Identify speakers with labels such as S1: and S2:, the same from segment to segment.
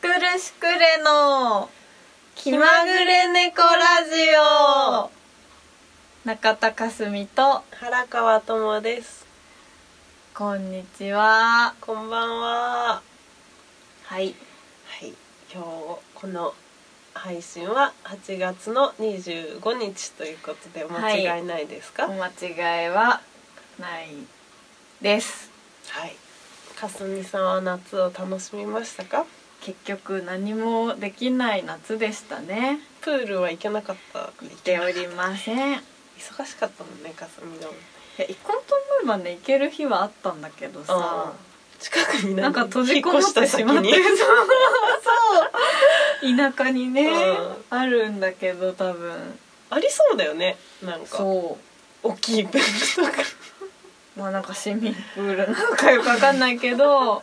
S1: くるしくれの気まぐれ猫ラジオ中田かすみと
S2: 原川智です
S1: こんにちは
S2: こんばんはは
S1: はい
S2: い今日この配信は8月の25日ということでお間違いないですか
S1: お
S2: はい、
S1: 間違いはないです
S2: かすみさんは夏を楽しみましたか
S1: 結局何もできない夏でしたね
S2: プールは行けなかった
S1: 行っておりませんいや
S2: 忙しかったもんねかすみの
S1: 行こうと思えばね行ける日はあったんだけどさ
S2: うん近くに
S1: なんか閉じこも
S2: 引
S1: っ
S2: 越した
S1: てし
S2: 先
S1: まって
S2: に
S1: るそう田舎にね、
S2: うん
S1: あるんだけど多分
S2: ありそうだよねなんか
S1: そ
S2: 大きいプールとか
S1: うまあなんか市民プールなんかよくわかんないけど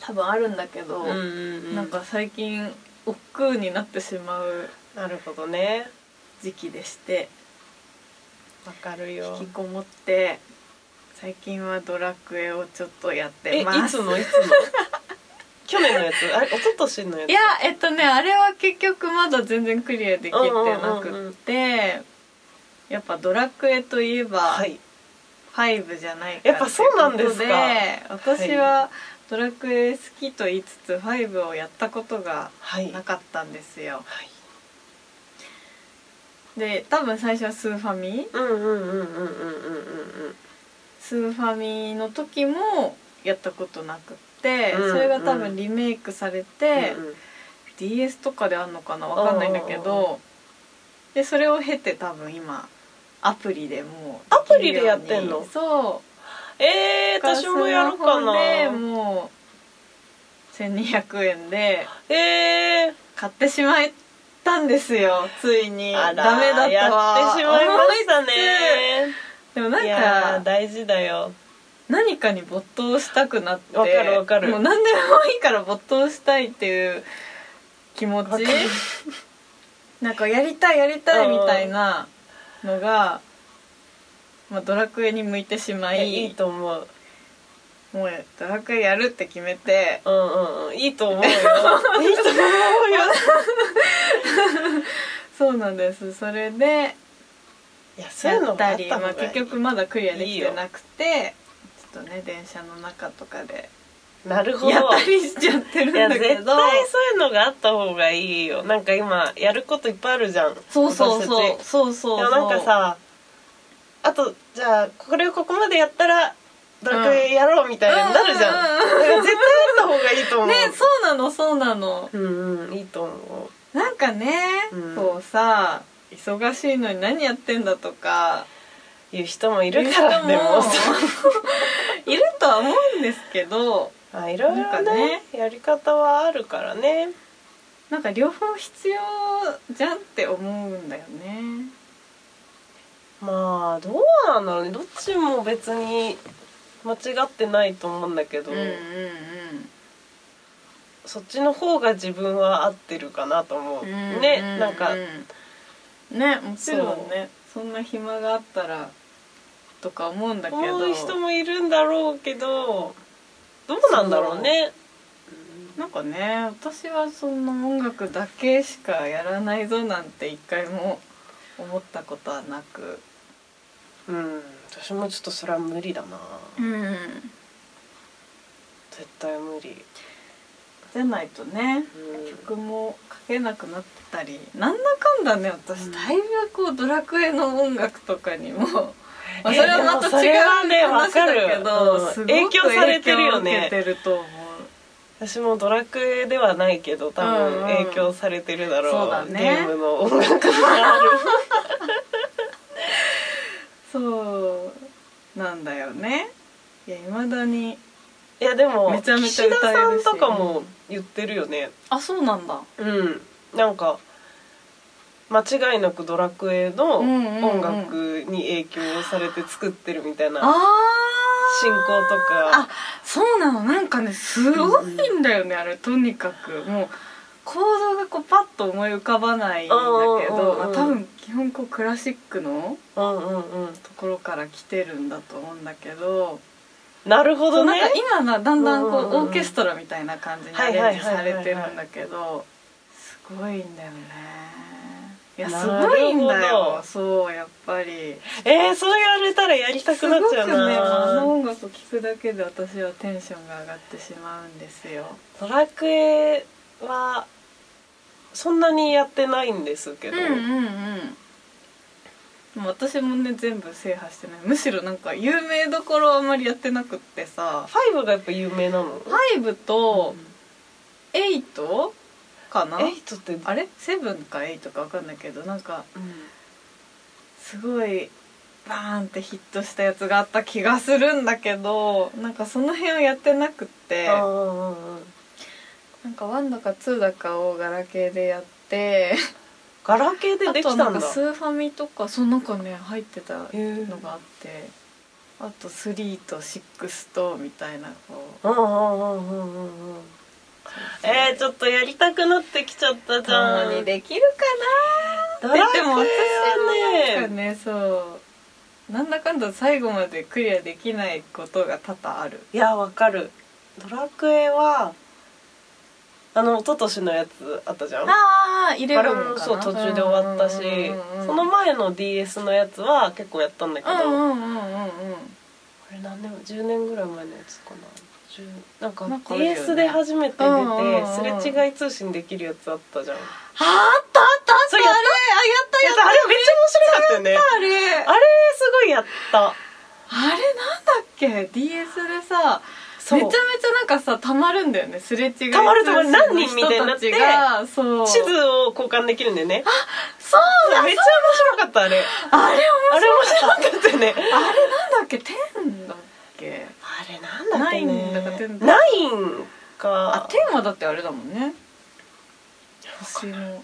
S1: 多分あるんだけど、
S2: な
S1: なん
S2: ん
S1: か
S2: か
S1: 最近億劫になってしまう
S2: なるほどね
S1: 時期でして
S2: わかるよ
S1: 引きこもって最近はドラクエをちょっとやっ
S2: え
S1: て
S2: い
S1: ます
S2: つのいつの去年のやつあれ一昨年のやつ
S1: いやえっとねあれは結局まだ全然クリアできてなくって、やっぱ「ドラクエ」といえば
S2: はい
S1: 5じゃないか
S2: やっぱそうなんですか
S1: ということで私は「ドラクエ」好きと言いつつ5をやったことが
S2: はい
S1: なかったんですよ
S2: はい
S1: で多分最初はスーファミ
S2: うんうんうんうんうんうんうん
S1: スーファミの時もやったことなくって、
S2: うん
S1: それが多分リメイクされて、
S2: うんうん
S1: DS とかであんのかなわかんないんだけ
S2: おうおう
S1: どでそれを経て多分今アプリでもう
S2: アプリでやってんの
S1: そう
S2: えー、私もやろうかな
S1: でもう1200円で
S2: え
S1: 買ってしまったんですよついに
S2: ー、
S1: ダ
S2: あ
S1: メ
S2: ら
S1: だったわ
S2: やってしまいました
S1: 思い
S2: ね
S1: つつでもない
S2: や
S1: ん
S2: ー
S1: か
S2: 大事だよ
S1: 何かに没頭したくなって
S2: わかるわかる
S1: もう何でもいいから没頭したいっていう気持ち
S2: わかる
S1: なんかやりたいやりたいみたいなのが、まあ、ドラクエに向いてしま
S2: いや
S1: い
S2: いいと思う
S1: もうドラクエやるって決めて
S2: うんうんうんいいと思うよ いいと思うよ
S1: そうなんですそれで
S2: いやそういう
S1: や
S2: の
S1: っ
S2: があ
S1: た
S2: った
S1: り
S2: 方
S1: ま
S2: が
S1: あ、
S2: いい
S1: 結局まだクリアできてなくてちょっとね電車の中とかで
S2: なるほど
S1: やったりしちゃってるん
S2: いや
S1: だけ
S2: 絶対
S1: ど
S2: そういうのがあった方がいいよなんか今やることいっぱいあるじゃん
S1: そうそう
S2: 私
S1: そ
S2: た
S1: う
S2: ち
S1: そうそう
S2: でもなんかさあとじゃあこれをここまでやったらドラクエやろうみたいなになるじゃん,、
S1: うんうんうん
S2: だから絶対あった方がいいと思う
S1: ねそうなのそうなの
S2: うんうんいいと思
S1: なんかね、
S2: うん
S1: こうさ忙しいのに何やってんだとか
S2: ういう人もいるから
S1: 言
S2: で
S1: う人
S2: も
S1: も
S2: さ
S1: いるとは思うんですけど
S2: ま あいろい
S1: なんか
S2: ろ
S1: ね
S2: ねやり方はあるからね
S1: なんか両方必要じゃんって思うんだよね
S2: まあどうなんだろうねどっちも別に間違ってないと思うんだけど、そっちの方が自分は合ってるかなと思う、ねなんか
S1: ねもちろんねそんな暇があったらとか思うんだけど
S2: 思う人もいるんだろうけどどうなんだろうね
S1: なんかね私はそんな音楽だけしかやらないぞなんて一回も思ったことはなく
S2: うん私もちょっとそれは無理だな
S1: うん
S2: 絶対無理
S1: じゃないとね
S2: う
S1: 曲も書けなくなったりなんだかんだね私
S2: うん
S1: だいぶこうドラクエの音楽とかにも、まあ
S2: え
S1: それはま
S2: でも
S1: た違
S2: それ
S1: う
S2: はね
S1: 話だけ
S2: わかる
S1: ど
S2: うん
S1: すごく
S2: 影響されてるよね
S1: 影響を受けてると思うん
S2: 私もドラクエではないけど多
S1: うんう
S2: 分
S1: ん
S2: 影響されてるだろう,、
S1: そうだね
S2: ゲームの音楽がある
S1: そうなんだよねいや未だに
S2: いやでも
S1: めちゃめちゃ
S2: 岸田
S1: 歌え
S2: さ
S1: る
S2: ん
S1: し
S2: とかも言ってるよね
S1: あそうなんだ
S2: うん、なんか間違いなく「ドラクエ」の
S1: うんうんうん
S2: 音楽に影響されて作ってるみたい
S1: あ
S2: な
S1: ー
S2: 進行と
S1: あ
S2: か
S1: そうなのなんかねすごいんだよねあれとにかくもう行動がこうパッと思い浮かばないんだけ
S2: うんうんう
S1: ど、
S2: ん
S1: まあ、多分基本こうクラシックの
S2: うんうんうん
S1: ところから来てるんだと思うんだけど
S2: なるほ
S1: そ
S2: ど
S1: うなん
S2: ね
S1: か今のはだんだんこう
S2: うんうんうん
S1: オーケストラみたいな感じにアレンジされてるんだけどすごいんだよねいや
S2: な
S1: す
S2: るほど
S1: ごいんだよそうやっぱり
S2: えー、そう言われたらやりた
S1: す
S2: く
S1: ご
S2: なっ
S1: く
S2: ち
S1: ね
S2: ゃ
S1: あの
S2: うな、
S1: 音楽聴くだけで私はテンションが上がってしまうんですよ
S2: ドラクエはそんなにやってないんですけど、
S1: うんでも私もね全部制覇してないむしろなんか有名どころあんまりやってなくってさ
S2: ファイブがやっぱ有名なの
S1: 5と8かな、
S2: エイトって
S1: あれセブンかエイトかわかんないけどなんか
S2: うん
S1: すごいバーンってヒットしたやつがあった気がするんだけどなんかその辺をやってなくって
S2: あー
S1: なんか1だか2だかをガラケーでやって
S2: ガラケーででき
S1: あと
S2: たん
S1: な
S2: だ
S1: んかスーファミとかそうなんかね入ってたの
S2: へー
S1: があってあと3と6とみたいなこう
S2: うんうんうんうんうんうんえー、ちょっとやりたくなってきちゃったじゃ
S1: た
S2: ん
S1: まにできるか
S2: ド
S1: なって
S2: ラクエ
S1: でも私はなん
S2: は
S1: か
S2: ね
S1: ねそうなんだかんだ最後までクリアできないことが多々ある
S2: いやわかるドラクエはあの一昨年のやつあったじゃん
S1: ああイレ
S2: あ
S1: ブ
S2: れ
S1: ンか
S2: も
S1: な
S2: そう途中で終わったしその前の DS のやつは結構やったんだけど、
S1: うん
S2: こ
S1: うんうんうんうん
S2: れ何年も10年ぐらい前のやつかな10なんか
S1: なんかあるよね
S2: DS で初めて出て、
S1: うんうんうん
S2: すれ違い通信できるやつあったじゃんあ
S1: ああったあったあっ
S2: そ
S1: た
S2: れ
S1: あ
S2: や
S1: れ
S2: っ
S1: あ
S2: た
S1: やったやった
S2: あれめっちゃ面白かったよね
S1: あれ
S2: あれすごいやった
S1: あれなんだっけ DS でさ
S2: そう
S1: めちゃめちゃなんかさたまるんだよねすれ違い通信
S2: たまるたまる何人みたいにな
S1: の
S2: って
S1: 人たちがそう
S2: 地図を交換できるんだよね
S1: そうだ
S2: めっちゃ面白かったあれ
S1: あれ
S2: あれ面白かったよね
S1: あれなんだっけ天だっけ
S2: あれなんだっけ
S1: ナインだかテ
S2: ね
S1: ンだか
S2: ナイン
S1: あ
S2: か
S1: 天はだってあれだもんね星のなんか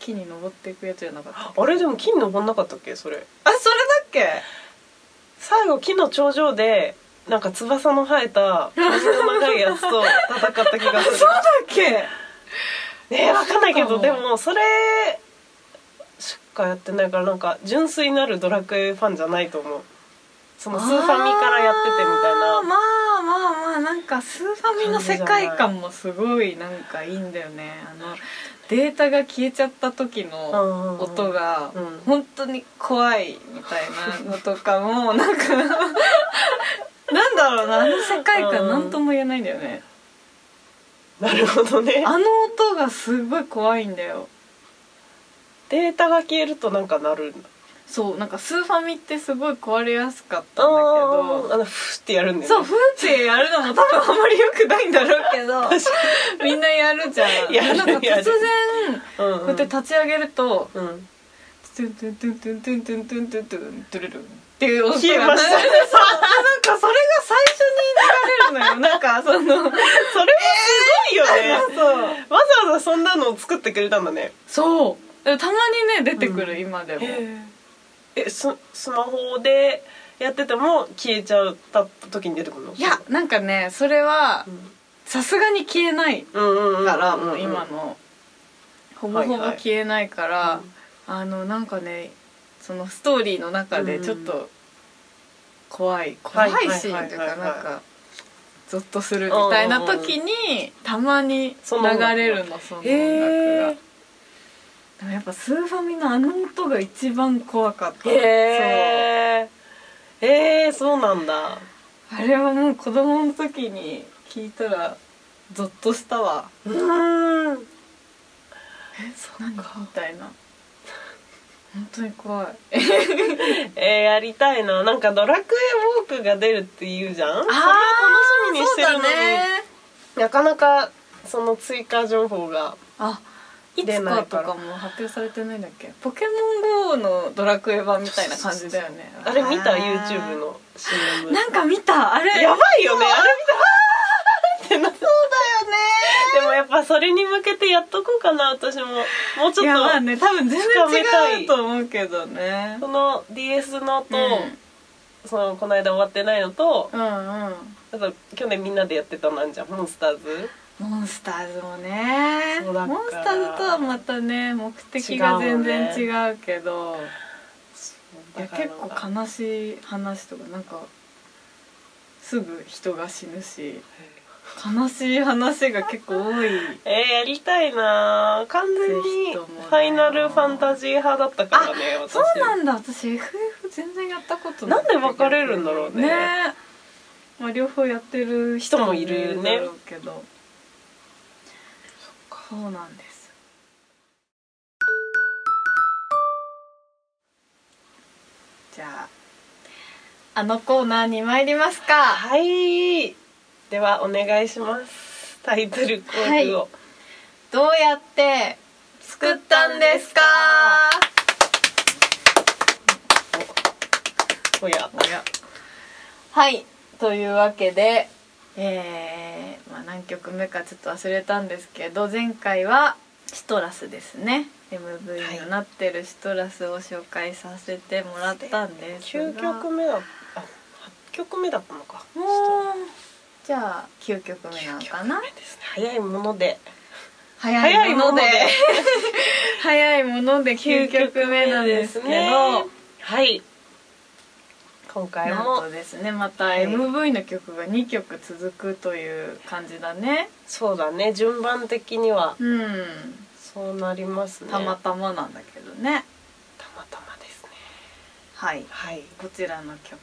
S1: 木に登っていくやつじゃなかったっけ
S2: あれでも金登んなかったっけそれ
S1: あそれだっけ
S2: 最後木の頂上でなんか翼の生えた髪の長いやつと戦った気がす
S1: そうだっけ
S2: るねえわかんないけ
S1: そ
S2: ど
S1: う
S2: で
S1: かも
S2: もそれしかやってないからなんか純粋なるドラクエファンじゃないと思うそのスーファミからやっててみたい
S1: あー
S2: な
S1: まあまあまあなんかスーファミの世界観もすごいなんかいいんだよねあのデータが消えちゃった時の音
S2: 音
S1: が
S2: うん
S1: 本当に怖いみたいなのとかもなんかなんだろうなあの世界
S2: う
S1: 観
S2: ん
S1: なんとも言えないんだよね
S2: なるほどね
S1: あの音がすごい怖いんだよ
S2: データが消えるとなんかなるんだ
S1: そうなんかスーファミってすごい壊れやすかったんだけ
S2: あ
S1: ど
S2: のフーってやるんだよ
S1: そう
S2: ね
S1: フーってやるのも多分あんまり良くないんだろうけど
S2: 確か
S1: みんなやるじゃん。
S2: やる
S1: なんか突
S2: やる
S1: 然
S2: にうん
S1: こ
S2: うん
S1: うやって立ち上げると、
S2: うん
S1: トゥントゥントゥントゥントゥントゥントゥントゥントゥントゥルルンっていう音が
S2: 消えました
S1: なんかそれが最初に流れるのよ。なんかその
S2: それはすごいよね、
S1: そう
S2: わざわざそんなのを作ってくれたんだね
S1: そうでもたまにね出てくる、
S2: うん
S1: 今でも。
S2: えススマホでやってても消えちゃった時に出てくるの
S1: いやなんかねそれは
S2: うん
S1: さすがに消えない
S2: うんうんうん
S1: から、
S2: うんうん
S1: もう今のほぼほぼ消えないから、あのなんかねそのストーリーの中でちょっと怖い、怖いシーンというか
S2: はいはいはいはい
S1: なんかゾッとするみたいな時にたまに流れるのその音楽
S2: へ
S1: が。でもやっぱスーファミのあの音が一番怖かった。
S2: えへえへえそうなんだ
S1: そうあれはもう子供の時に聞いたらゾッとしたわ。
S2: うーん
S1: え、そうなんみたいな。本当に怖い。
S2: えー、やりたいななんか「ドラクエウォーク」が出るって言うじゃんそれは楽しみにしてるのに、
S1: そうだね
S2: なかなかその追加情報が
S1: あい
S2: 出
S1: つ
S2: な
S1: か
S2: いか
S1: と
S2: ら
S1: かも発表されてないんだっけポケモン GO のドラクエ版みたいな感じだよね
S2: あれ見た
S1: ー
S2: YouTube の CM
S1: なんか見たあれ
S2: やばいよねあれ見たらーってなった
S1: そうだよね
S2: でもやっぱそれに向けてやっとこうかな私ももうち
S1: い
S2: ょ
S1: やま
S2: っ
S1: あ
S2: と、
S1: ね多分全
S2: 深めた
S1: 然違
S2: いう
S1: と思うけどね
S2: その DS のと、
S1: うん
S2: そのこの間終わってないのと
S1: うんうん
S2: あと去年みんなでやってたなんじゃんモンスターズ
S1: モンスターズもねモ
S2: そうだから
S1: ンスターズとはまたね目的が全然違うけどいや結構悲しい話とかなんかすぐ人が死ぬし悲しい話が結構多い
S2: えー、やりたいなー完全に
S1: ぜひと
S2: フ
S1: もね
S2: ァイナルファンタジー派だったからね私
S1: そうなんだ私 FF 全然やったことくて
S2: なんで分かれるんだろうね
S1: まあ両方やってる人もいるだろうけどそうなんですじゃああのコーナーに参りますか
S2: はいではお願いしますタイトルコールを、
S1: はどうやって作ったんですか
S2: おや
S1: はいというわけでえーまあ、何曲目かちょっと忘れたんですけど前回はシトラスですね MV になってるシトラスを紹介させてもらったんですが、
S2: 9曲目だあ8曲目だったのか
S1: もうじゃあ9曲目なのかな
S2: ですね早いもので
S1: 早いもので早いもので9曲目なんですけど
S2: はい今回
S1: なん
S2: も
S1: とですねまた
S2: はい
S1: MV の曲が2曲続くという感じだね
S2: そうだね順番的には
S1: うん
S2: そうなりますね
S1: たまたまなんだけどね
S2: たまたまですね
S1: はい
S2: はい
S1: こちらの曲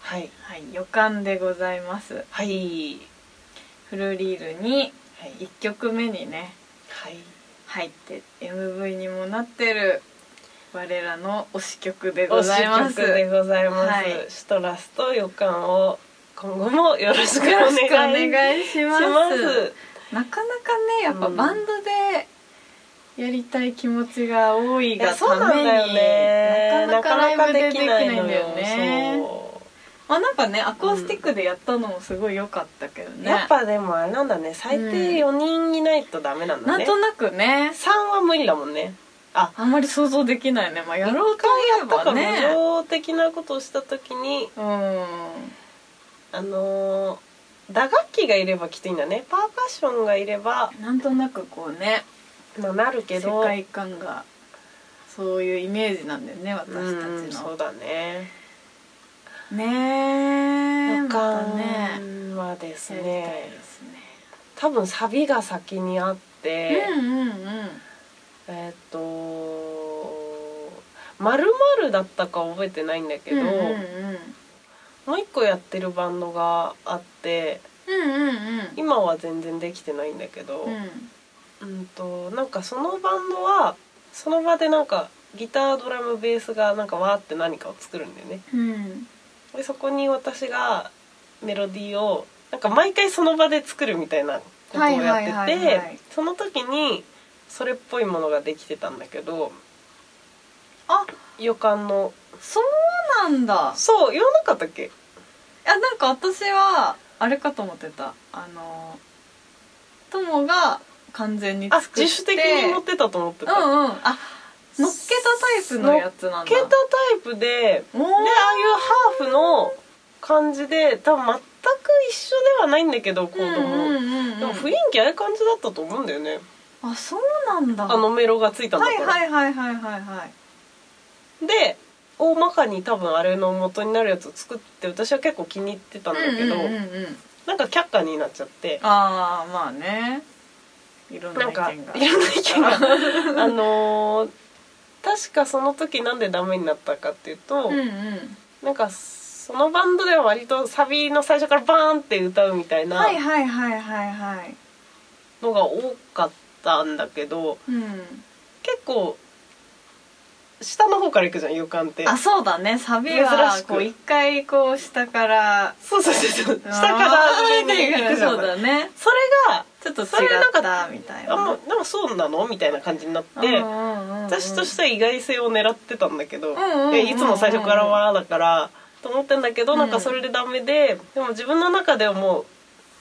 S2: はい
S1: はい予感でございます
S2: はい
S1: フルリールに
S2: はい
S1: 1曲目にね
S2: はい
S1: 入って MV にもなってる我らの推し曲でございます
S2: 推し曲で
S1: よ
S2: ございます、
S1: はい
S2: シュトラスと予感を今後もよろしくお
S1: ろしくお
S2: 願いし
S1: 願いしま
S2: ま
S1: すすなかなかねやっぱ
S2: うん
S1: バンドでやりたい気持ちが多い
S2: い
S1: が
S2: やそうな
S1: た
S2: ん
S1: めに
S2: だよね
S1: なかなかライブでできないん
S2: の
S1: だ
S2: よ
S1: よね
S2: そう
S1: まあなんかねアコースティックでやったのもすごい良かったけどね
S2: やっぱでもあれなんだね最低4人いないとダメなんだ
S1: なん
S2: ね、
S1: となくね
S2: 3は無理だもんねあ
S1: あんまり想像できないねまあやろうと
S2: 一回やった
S1: 思えば
S2: か
S1: ね
S2: 無情的なことをした時に
S1: う
S2: あのー打楽器がいればきついんだねパーカッションがいれば
S1: んなんとなくこうね
S2: ななるけ
S1: 世
S2: ど
S1: 界観がそういうイメージなんだよね私
S2: うん
S1: たち
S2: そう
S1: の
S2: だね
S1: ねえ
S2: 予
S1: また
S2: 感
S1: ね
S2: はです
S1: やりたい
S2: ね
S1: ですね
S2: 多分サビが先にあって、
S1: うんうんうん
S2: えーっと「まるまるだったか覚えてないんだけど、
S1: うんうんうん
S2: もう一個やってるバンドがあって
S1: うんうんうん
S2: 今は全然できてないんだけど、
S1: うん
S2: うんとなんかそのバンドはその場でなんかギタードラムベースがなんかわーって何かを作るんだよね
S1: うん
S2: でそこに私がメロディーをなんか毎回その場で作るみたいなことをやってて、
S1: はいはいはいはい
S2: その時にそれっぽいものができてたんだけど
S1: あ
S2: 予感の
S1: そうなんだあ
S2: そう言わなかったっけ
S1: なんか私はあれかと思ってたあの友が完全に
S2: あ
S1: 作って
S2: 自主的に持ってたと思って
S1: う
S2: た、
S1: んうんあのっけたタイプのやつなんだ
S2: ケータタイプで
S1: おー
S2: でああいうハーフの感じで多分全く一緒ではないんだけどコードも、
S1: うんうんうんうん
S2: でも雰囲気ああいう感じだったと思うんだよね
S1: あそうなんだ
S2: あのメロがついたんだ
S1: は
S2: か
S1: い
S2: ら、
S1: はいはいはいはいはい
S2: で大まかに多分あれの元になるやつを作って私は結構気に入ってたんだけど、
S1: うんうんうんうん
S2: なんか却下になっちゃって
S1: ああまあねいろんな
S2: な
S1: 意
S2: ん
S1: 見
S2: か
S1: が
S2: いろんな意見が あのー確かその時なんでダメになったかっていうと、
S1: うんうん
S2: なんかそのバンドでは割とサビの最初からバーンって歌うみたいな
S1: はいはいはいはいはい
S2: のが多かったんだけど
S1: うん
S2: 結構下の方から行くじゃん予感って
S1: あそうだねサビは
S2: 珍しく
S1: こう一回こう下から
S2: そうそうそうそう
S1: あー
S2: 下から上に行くじゃ
S1: そ
S2: ん
S1: うだね
S2: それが
S1: ちょっと違っ
S2: それなん
S1: た
S2: か
S1: みたいな
S2: あもうでもそうなのみたいな感じになって私として
S1: て
S2: は意外性を狙ってたんだけど
S1: んうんうんうん
S2: いやいつも最初からはだからと思ってんだけど
S1: うん
S2: なんかそれでダメででも自分の中ではもう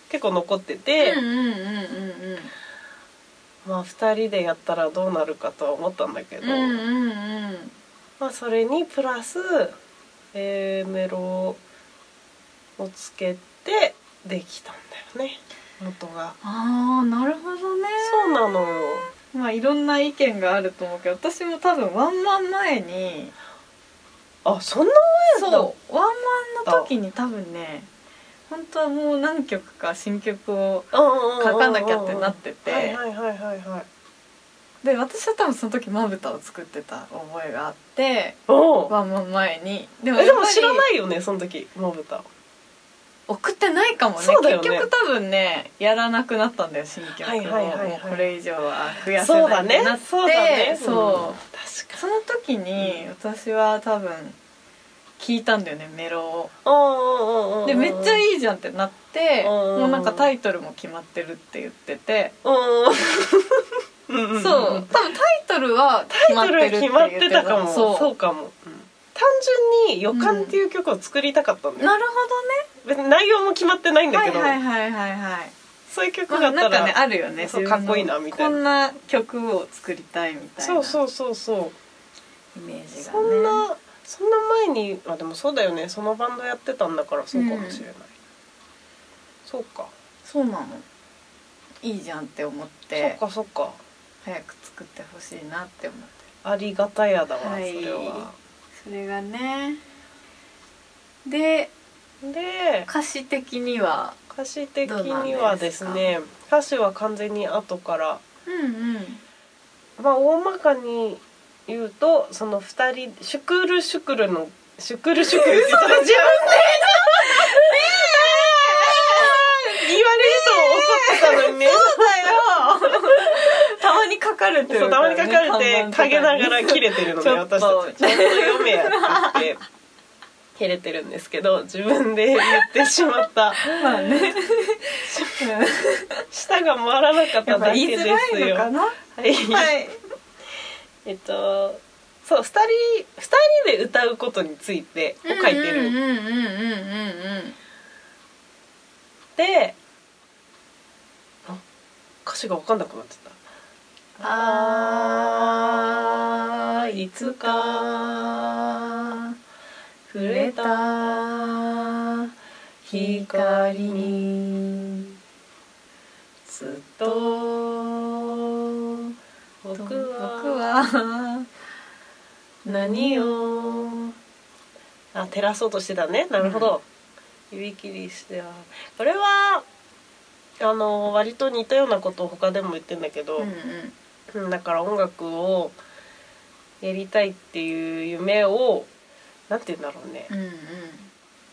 S2: 結構残ってて
S1: うんうんうんうん
S2: まあ2人でやったらどうなるかとは思ったんだけど
S1: うんうんうんうん
S2: まあそれにプラスえーメロをつけてできたんだよね元が。
S1: ああなるほどね
S2: そうなのよ
S1: まあいろんな意見があると思うけど私も多分ワンマン前に
S2: あそんな前だ
S1: そうワンマンの時に多分ね本当はもう何曲か新曲を
S2: 書
S1: 書かなきゃってなってて
S2: はいはいはいはいはい
S1: で私は多分その時まぶたを作ってた覚えがあって
S2: おー
S1: ワンマン前にで
S2: えでも
S1: やっぱり
S2: 知らないよねその時まぶた
S1: 送ってないかもね
S2: そうだよね
S1: 結局多分ねやらなくなったんだよ新曲を、
S2: はいはいはいはい
S1: これ以上は増やせ
S2: そう
S1: な
S2: だ
S1: いっ
S2: ね
S1: てなって
S2: そうだね
S1: そう
S2: 確か
S1: その時に私は多分聞いたんだよねメロを
S2: におーおーおーおー
S1: でめっちゃ
S2: い
S1: いいじゃんってなって
S2: うんうんうん
S1: もうなんかタイトルも決まってるって言ってて
S2: うん
S1: そう多分タイトルは決ま
S2: タ
S1: って
S2: イ
S1: るって
S2: トルは決
S1: 言
S2: まっ
S1: ってて
S2: た
S1: た
S2: かもそう
S1: そう
S2: かも、単純に「予感」っていう曲を作りたかったんだよ、
S1: なるほ
S2: 別に内容も決まってないん
S1: どね
S2: だ
S1: は
S2: け
S1: い
S2: ど、
S1: はいはいはいはい
S2: そういう曲
S1: ま
S2: だ
S1: あ、
S2: っ
S1: な
S2: た、
S1: んからねあるよね
S2: そう
S1: 自分の
S2: かっこいいなみたいな
S1: こんな曲を作りたいみたいな
S2: そうそうそうそう
S1: イメージがね
S2: そんなそんな前にあでもそうだよねそのバンドやってたんだからそうかもしれない、そうか
S1: そうなのいいじゃんって思っ
S2: そ
S1: て
S2: っかそっか
S1: 早く作ってほしいなって思って
S2: ありがたやだわ、
S1: はい
S2: それは
S1: それがねで
S2: で
S1: 歌詞的には
S2: 歌詞的にはですね歌詞は完全に後から
S1: うんうん
S2: まあ大まかに言うとその二人シュクルシュクルのシュクルシュクルって言ったら自分で言われると怒ってたのにね
S1: そうだよたまに書かれて
S2: そう
S1: る
S2: た
S1: ら
S2: ま
S1: ね
S2: に書かれて陰ながら切れてるのね
S1: ちょっと
S2: 私たちちゃんと読めやって言って切れてるんですけど自分で言ってしまった
S1: まあ ね
S2: 舌が回らなか
S1: や
S2: った
S1: っぱ
S2: だ
S1: 言い
S2: けで
S1: づ
S2: す
S1: らい
S2: よ
S1: のかなは
S2: はい
S1: い
S2: えっとそう2人二人で歌うことについてを書いてる、
S1: うんうんうんうんうんうん
S2: であ歌詞が分かんなくなってた
S1: あ
S2: ーいつ
S1: か
S2: 触れ
S1: た
S2: 光に
S1: ずっ
S2: と僕
S1: 僕
S2: は
S1: は
S2: 何をあ照らそうとしてたねなるほど、指切りしてはこれはあの割と似たようなことを他でも言ってんだけど、
S1: うん
S2: うんだから音楽をやりたいっていう夢をなんて言うんだろうね
S1: うんうんうん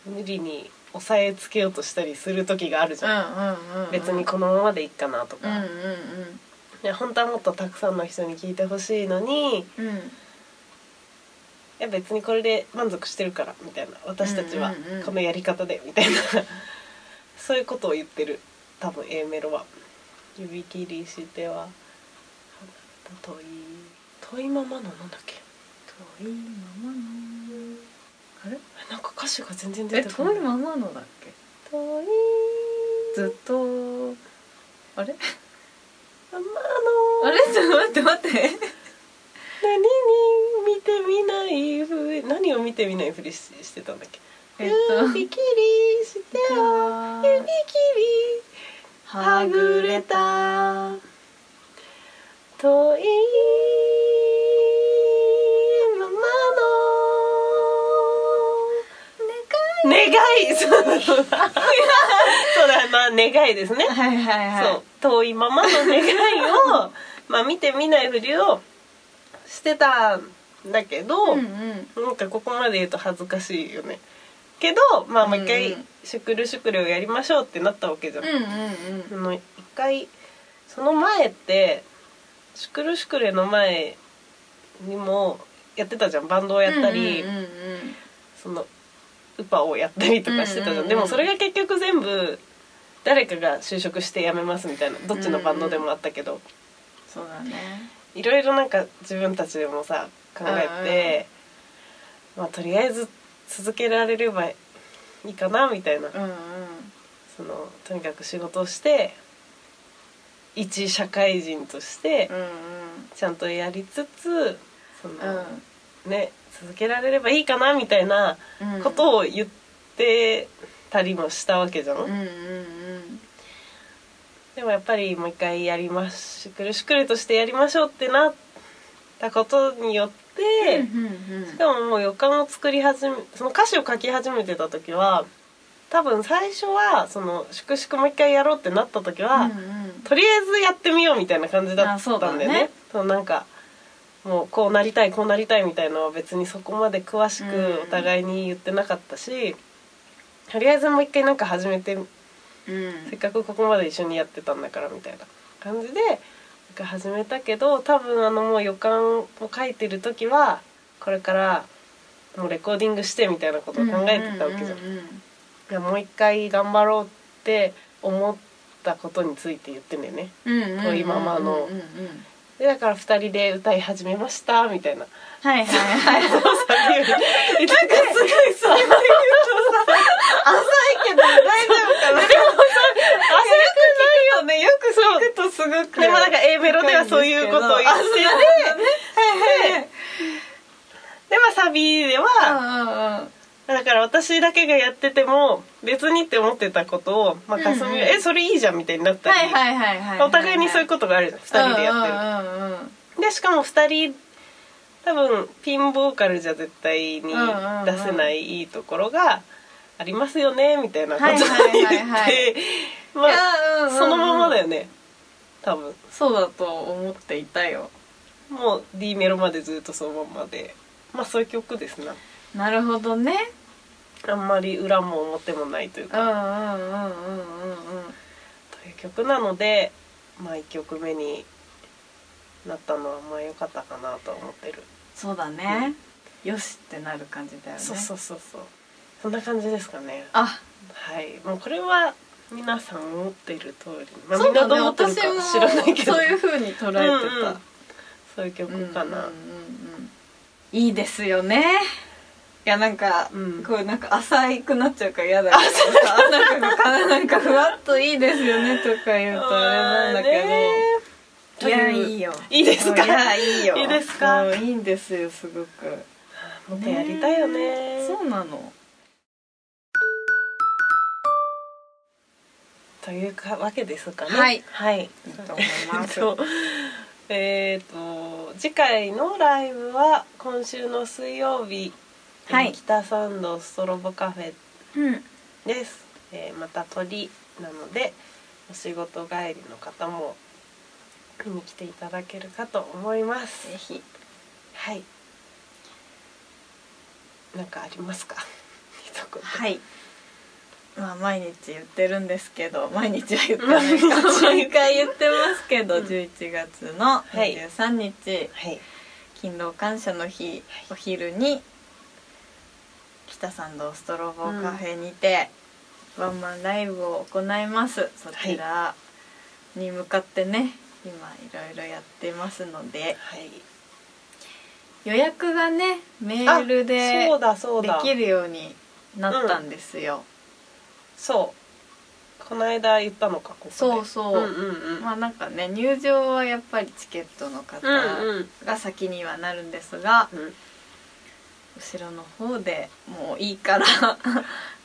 S1: うん
S2: 無理に抑えつけようとしたりする時があるじゃん、
S1: うんうん
S2: 別にこのままでいいかなと
S1: う
S2: か、
S1: んうん
S2: ね本当はもっとたくさんの人に聞いてほしいのに
S1: うんうん
S2: いや別にこれで満足してるからみたいな私たちは
S1: うんうんうん
S2: このやり方でみたいな そういうことを言ってる多分 A メロは指切りしては離れた遠い遠いままのなんだっけ
S1: 遠いままのあれ
S2: なんか歌詞が全然出
S1: え
S2: てこな
S1: 遠
S2: い
S1: いままのだっけ
S2: 遠い
S1: ずっと あれ
S2: ままの
S1: あれちょっと待って待って
S2: 何に見てみないふり何を見てみないふりししてたんだっけ
S1: えっと
S2: 指切りしては指切り
S1: はぐれた
S2: 遠いままの願い願いそうそうだまあ願いですね、
S1: はいはいはい
S2: そう遠いままの願い をまあ見て見ないふりをしてたんだけど、
S1: んうん
S2: なんかここまで言うと恥ずかしいよねけどまあもう一
S1: うん
S2: 回
S1: うん
S2: 「シュクルシュクル」をやりましょうってなったわけじゃん、
S1: うんうん
S2: その一回その前って「シュクルシュクル」の前にもやってたじゃんバンドをやったり、
S1: うんうんうん
S2: そのウパをやったりとかしてた
S1: うん
S2: じゃん,、
S1: うんうん
S2: でもそれが結局全部誰かが就職して辞めますみたいなどっちのバンドでもあったけど、
S1: そうだね
S2: いろいろなんか自分たちでもさ考えて、まあとりあえず続けられればいいかなみたいな、
S1: うんうん
S2: そのとにかく仕事をして一社会人として
S1: うん
S2: ちゃんとやりつつそ
S1: うん
S2: の、ね続けられればいいかなみたいな
S1: うんうん
S2: ことを言ってたりもしたわけじゃん、
S1: うんうんうん
S2: でもやっぱりもう一回やりますしくるしくるとしてやりましょうってなったことによって、
S1: うんうんうん
S2: しかももう予感を作り始めその歌詞を書き始めてた時は多分最初はその「粛々もう一回やろう」ってなった時は、
S1: うんうん
S2: とりあえずやってみようみたいな感じだ
S1: あ
S2: っ
S1: そう
S2: た
S1: だ
S2: ん
S1: ね
S2: だよね。そうなんかもうこうなりたいこうなりたいみたいなのは別にそこまで詳し
S1: うん
S2: くお互いに言ってなかったし、とりあえずもう一回なんか始めて
S1: うん
S2: せっかくここまで一緒にやってたんだからみたいな感じでなんか始めたけど多分あのもう予感を書いてる時はこれからもうレコーディングしてみたいなことを考えてたわけじゃん。
S1: う
S2: い
S1: んうんうん
S2: やもう一回頑張ろうって思ったことについて言ってんだよね。
S1: うんうんうんうん
S2: こういうままの
S1: うんうんうん
S2: でだから二人で歌い始めましたみ たいな。
S1: はいはいはい
S2: そうさ言うなんかすごいそういうとさ浅いけど大丈夫かな。でも浅くないよね。よくそう聞くとすごく。でもなんか A メロではそういうことを言ってて、ででまあサビでは、
S1: あ
S2: だから私だけがやってても別にって思ってたことをまあかすみが、
S1: うんうん
S2: えそれいいじゃんみたいになったり、
S1: はいはいはいはい
S2: お互いにそういう
S1: こ
S2: ことがあるじゃん。二人でやってると。
S1: る
S2: でしかも2人多分ピンボーカルじゃ絶対に出せないいいところがありますよねみたいなことを言
S1: はいはい
S2: っ
S1: はいはい
S2: てまあそのままだ
S1: よ
S2: よね多分
S1: そうだと思っていたよ
S2: もう D メロまでずっとそのままでまあそういう曲ですな
S1: なるほどね
S2: あんまり裏も表もないという
S1: う
S2: か
S1: んうんうんうんうんうん
S2: という曲なのでまあ1曲目になったのはまあ良かったかなとは思ってる
S1: そうだねよしってなる感じだよね
S2: そうそうそうそうそんな感じですかね
S1: あ
S2: はい、もうこれは皆さん思っている通り、まあ、
S1: そ
S2: み
S1: うん
S2: な
S1: だ
S2: どう
S1: ね
S2: 思ってる
S1: 私
S2: か
S1: も
S2: 知らないけど、
S1: そういう風に捉えてた
S2: うんうんそういう曲かな、
S1: うんうんうんうんいいですよねいやなんか、
S2: うん
S1: こうなんか浅いくなっちゃうから嫌だけどさなんかなんかふわっといいですよねとか言うとあれなんだけど、
S2: ど
S1: いやいいよ
S2: いいですか
S1: いやいいよ
S2: いいですか
S1: うんいいんですよすごく
S2: もっとやりたいよね
S1: そうなの
S2: というかわけですかね
S1: はい
S2: はい
S1: いいと思います
S2: そうえっ、と次回のライブは今週の水曜日、
S1: はい
S2: えー北参道ストロボカフェ
S1: うん
S2: です、えーまた鳥なのでお仕事帰りの方も見に来ていただけるかと思います
S1: ぜひ
S2: はいなんかありますか 一言
S1: はいまあ毎日言ってるんですけ ど毎日は言ってない
S2: 毎
S1: か
S2: 日
S1: 毎回言ってますけど、
S2: うん
S1: 11月の23日、
S2: はい
S1: 勤労感謝の日お昼に北参道ストロボカフェにて、ワンマンライブを行いますそちらに向かってね今いろいろやってますので
S2: はい
S1: 予約がねメールで
S2: あそうだそう
S1: で
S2: だ
S1: きるようになったんですよ、
S2: そうこの間言ったのかここで
S1: そうそう
S2: うんうんうん、
S1: まあなんかね入場はやっぱりチケットの方
S2: うんうん
S1: が先にはなるんですが、
S2: うん
S1: 後ろの方でもういいから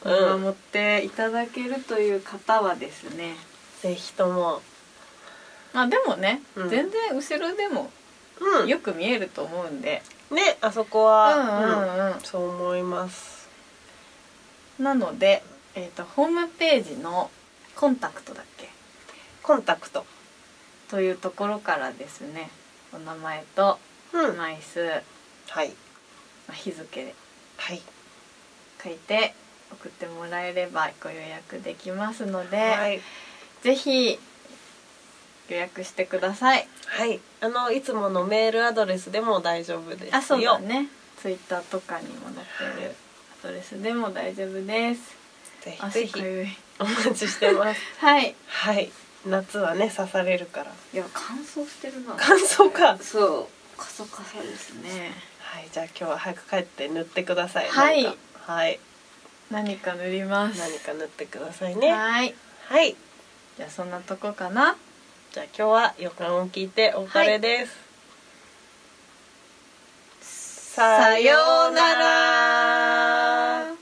S1: 見
S2: うん
S1: 守っていただけるという方はですね、
S2: ぜひとも
S1: まあでもね、
S2: うん
S1: 全然後ろでも
S2: うん
S1: よく見えると思うんで、
S2: ねあそこ
S1: うん
S2: は、
S1: うんうん
S2: そう思います
S1: なので、えー、とホームページのコンタクトだっけ
S2: コンタクト
S1: というところからですねお名前と
S2: うん
S1: 枚数、ま
S2: はい
S1: あ日付
S2: はい
S1: 書いて送ってもらえればご予約できますので、
S2: はい
S1: ぜひ予約してください。
S2: はい、あのいつものメールアドレスでも大丈夫ですよ。
S1: あそうだねツイッターとかにも載ってるアドレスでも大丈夫です
S2: ぜひぜ
S1: 足
S2: ひ
S1: かゆい
S2: お待ちし てます。
S1: はい
S2: はい、夏はね刺されるから。
S1: いや乾燥してるな
S2: 乾燥か。
S1: そうカサカサですね
S2: はい、じゃあ今日は早く帰って塗ってください。
S1: はい
S2: なんかはい、
S1: 何か塗ります
S2: 何か塗ってくださいね。は
S1: はい
S2: い、
S1: じゃあそんなとこかな
S2: じゃあ今日は予感を聞いてお別れです。
S1: さ
S2: さ
S1: よ
S2: よ
S1: う
S2: う
S1: な
S2: な
S1: ら
S2: ら。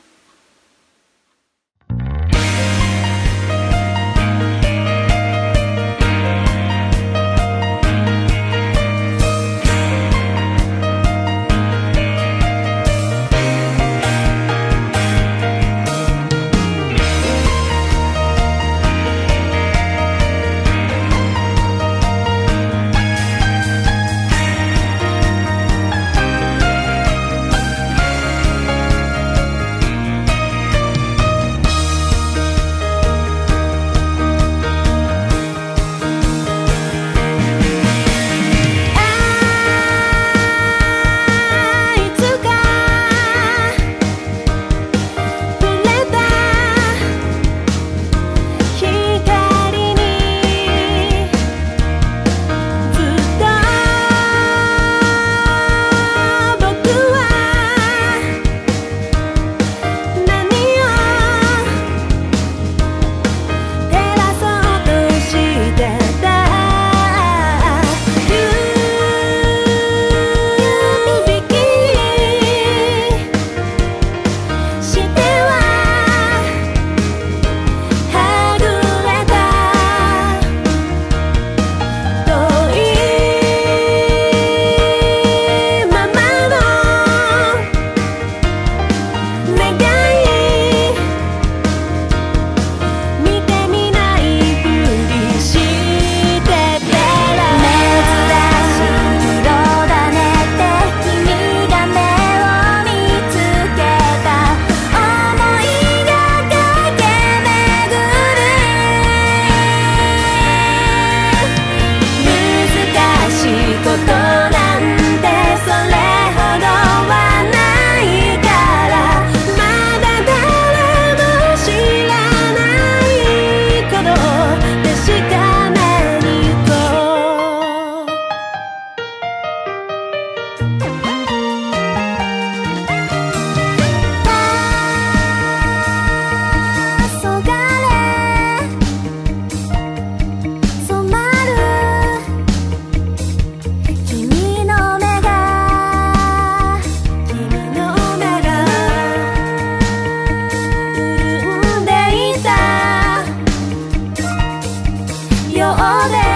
S1: 「
S3: で